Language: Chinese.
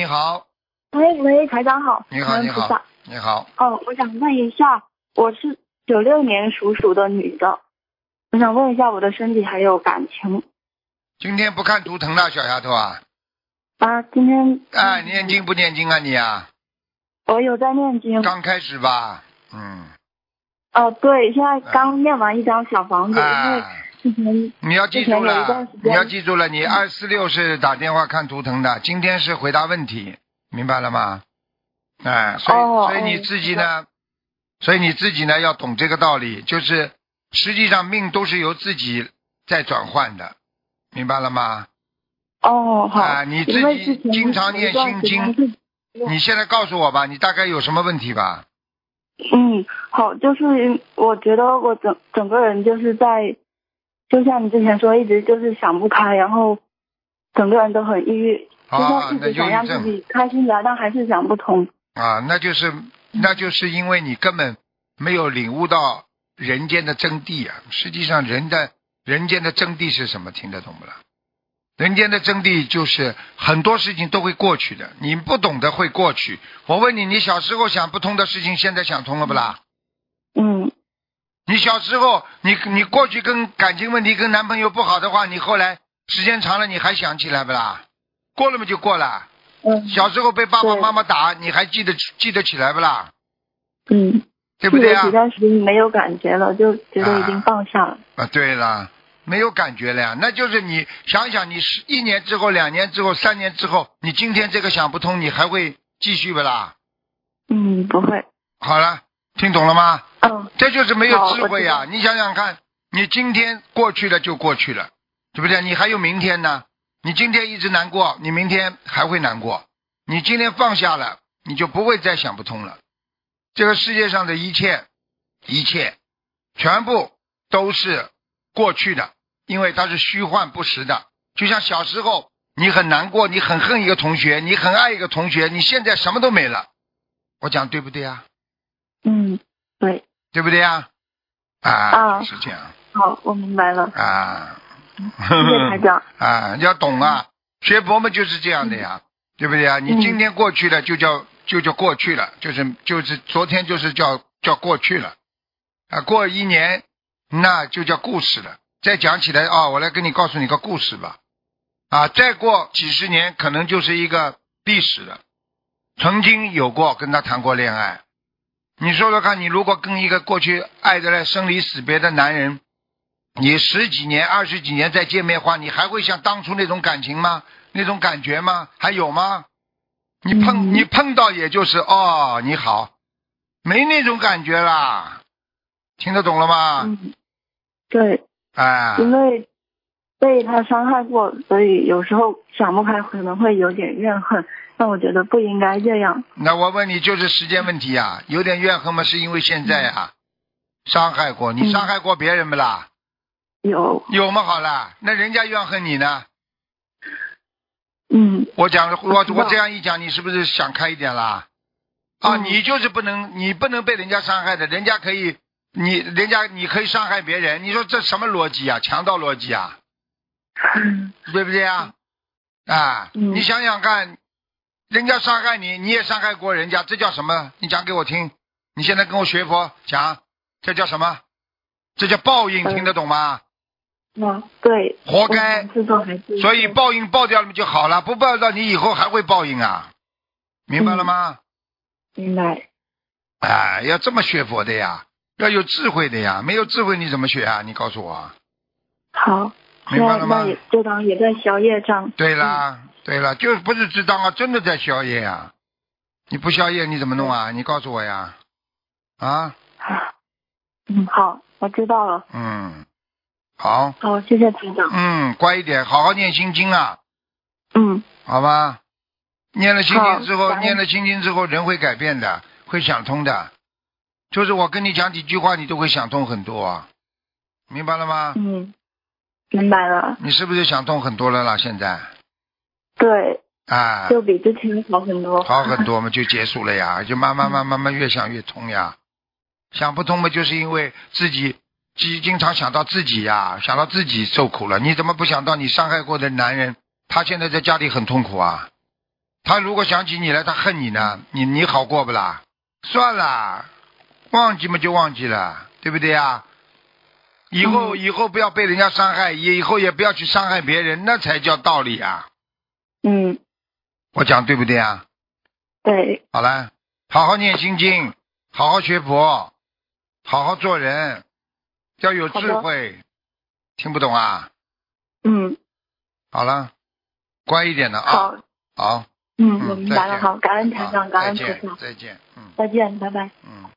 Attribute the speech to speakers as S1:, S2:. S1: 你好，
S2: 喂喂，台长好。
S1: 你好，
S2: 嗯
S1: 你
S2: 菩萨
S1: 好，你好，
S2: 哦，我想问一下，我是九六年属鼠的女的，我想问一下我的身体还有感情
S1: 今天不看图腾了，小丫头啊，
S2: 啊。今天
S1: 哎，念经不念经啊你啊？
S2: 我有在念经，
S1: 刚开始吧，嗯，
S2: 哦，对，现在刚念完一张小房子，嗯因为
S1: 啊，
S2: 之前
S1: 你要记住
S2: 之前有一段
S1: 了
S2: 时，间
S1: 你要记住了，你二四六是打电话看图腾的，今天是回答问题，明白了吗？哎，所以、
S2: 哦
S1: 所以你
S2: 哦
S1: 自己呢，所以你自己呢要懂这个道理，就是实际上命都是由自己在转换的，明白了吗？
S2: 哦好，
S1: 啊你自己
S2: 因为之前
S1: 经常念心经
S2: 有一段时间是
S1: 你现在告诉我吧，你大概有什么问题吧？
S2: 嗯，好，就是我觉得我整整个人就是在，就像你之前说，一直就是想不开，然后整个人都很抑郁，就
S1: 啊
S2: 像，一
S1: 那
S2: 直
S1: 忧郁
S2: 想让自
S1: 症
S2: 己开心起来，但还是想不通。
S1: 啊，那就是那就是因为你根本没有领悟到人间的真谛啊。实际上，人的人间的真谛是什么？听得懂不啦？人间的真谛就是很多事情都会过去的，你不懂得会过去。我问你，你小时候想不通的事情，现在想通了不啦？
S2: 嗯，
S1: 你小时候，你你过去跟感情问题跟男朋友不好的话，你后来时间长了，你还想起来不啦？过了嘛就过了。
S2: 嗯，
S1: 小时候被爸爸
S2: 对
S1: 妈妈打，你还记得记得起来不啦？
S2: 嗯，
S1: 对不对啊
S2: 有一？段时间没有感觉了，就觉得已经放下了。
S1: 啊，对了，没有感觉了呀，那就是你想一想，你是一年之后、两年之后、三年之后，你今天这个想不通，你还会继续不啦？
S2: 嗯，不会。
S1: 好了，听懂了吗？
S2: 嗯
S1: 这就是没有智慧呀、
S2: 好我
S1: 你想想看，你今天过去了就过去了，对不对？你还有明天呢。你今天一直难过，你明天还会难过。你今天放下了，你就不会再想不通了。这个世界上的一切，一切，全部都是过去的，因为它是虚幻不实的。就像小时候，你很难过，你很恨一个同学，你很爱一个同学，你现在什么都没了。我讲对不对啊？
S2: 嗯，对。
S1: 对不对呀？啊，
S2: 啊
S1: 是这样
S2: 好，我明白了。
S1: 啊，
S2: 谢谢台长。
S1: 啊，要懂啊，学佛嘛就是这样的
S2: 嗯
S1: 呀，对不对呀？你今天过去了，就叫就叫过去了，就是就是昨天就是叫叫过去了，啊，过一年那就叫故事了。再讲起来啊、我来跟你告诉你个故事吧，啊，再过几十年可能就是一个历史了。曾经有过跟他谈过恋爱，你说说看，你如果跟一个过去爱得来生离死别的男人，你十几年、二十几年再见面的话，你还会像当初那种感情吗？那种感觉吗？还有吗？你碰
S2: 嗯
S1: 你碰到也就是哦，你好，没那种感觉啦，听得懂了吗？
S2: 嗯，对，
S1: 哎，
S2: 因为被他伤害过，所以有时候想不开，可能会有点怨恨。但我觉得不应该这样。
S1: 那我问你，就是时间问题啊，有点怨恨嘛，是因为现在啊，伤害过你，
S2: 嗯
S1: 伤害过别人不啦？
S2: 有，
S1: 有么好啦？那人家怨恨你呢？
S2: 嗯，
S1: 我讲，我
S2: 我知道
S1: 我这样一讲，你是不是想开一点啦？啊，
S2: 嗯
S1: 你就是不能，你不能被人家伤害的，人家可以，你人家你可以伤害别人，你说这什么逻辑啊？强盗逻辑啊，对不对啊？啊，
S2: 嗯
S1: 你想想看，人家伤害你，你也伤害过人家，这叫什么？你讲给我听。你现在跟我学佛讲，这叫什么？这叫报应，
S2: 嗯
S1: 听得懂吗？
S2: 啊，对，
S1: 活该
S2: 我每次都还是
S1: 所以报应报掉了就好了，不报掉你以后还会报应啊，明白了吗？
S2: 明白，嗯
S1: 哎，要这么学佛的呀，要有智慧的呀，没有智慧你怎么学啊？你告诉我啊，
S2: 好，
S1: 明白
S2: 那
S1: 了吗
S2: 那？也嗯这当也在消业障，
S1: 对啦，对啦，就是不是知道啊，真的在宵夜啊，你不宵夜你怎么弄啊？你告诉我呀，啊，
S2: 嗯，好，我知道了，
S1: 嗯，好，
S2: 好，谢谢台长，
S1: 嗯，乖一点，好好念心经啊，
S2: 嗯，
S1: 好吧？念了心经之后
S2: 好，
S1: 念了心经之后，人会改变的，会想通的。就是我跟你讲几句话，你都会想通很多啊，明白了吗？
S2: 嗯，明白了，
S1: 你是不是想通很多了啦？现在
S2: 对，
S1: 啊，
S2: 就比之前好很多，
S1: 好很多嘛，就结束了呀，就慢慢慢慢慢越想越通呀。想不通嘛，就是因为自己经经常想到自己呀，想到自己受苦了。你怎么不想到你伤害过的男人，他现在在家里很痛苦啊？他如果想起你来，他恨你呢，你你好过不啦？算了，忘记嘛就忘记了，对不对啊？以后、
S2: 嗯
S1: 以后不要被人家伤害，也以后也不要去伤害别人，那才叫道理啊！
S2: 嗯，
S1: 我讲对不对啊？
S2: 对，
S1: 好了，好好念心经，好好学佛，好好做人，要有智
S2: 好
S1: 慧。听不懂啊？
S2: 嗯，
S1: 好了，乖一点的啊。
S2: 好，
S1: 好，
S2: 嗯，
S1: 嗯
S2: 我明白了，
S1: 再见
S2: 好，感恩台
S1: 好
S2: 长，感
S1: 再
S2: 恩菩
S1: 见
S2: 萨，，
S1: 再见，嗯
S2: 再见，拜拜。
S1: 嗯。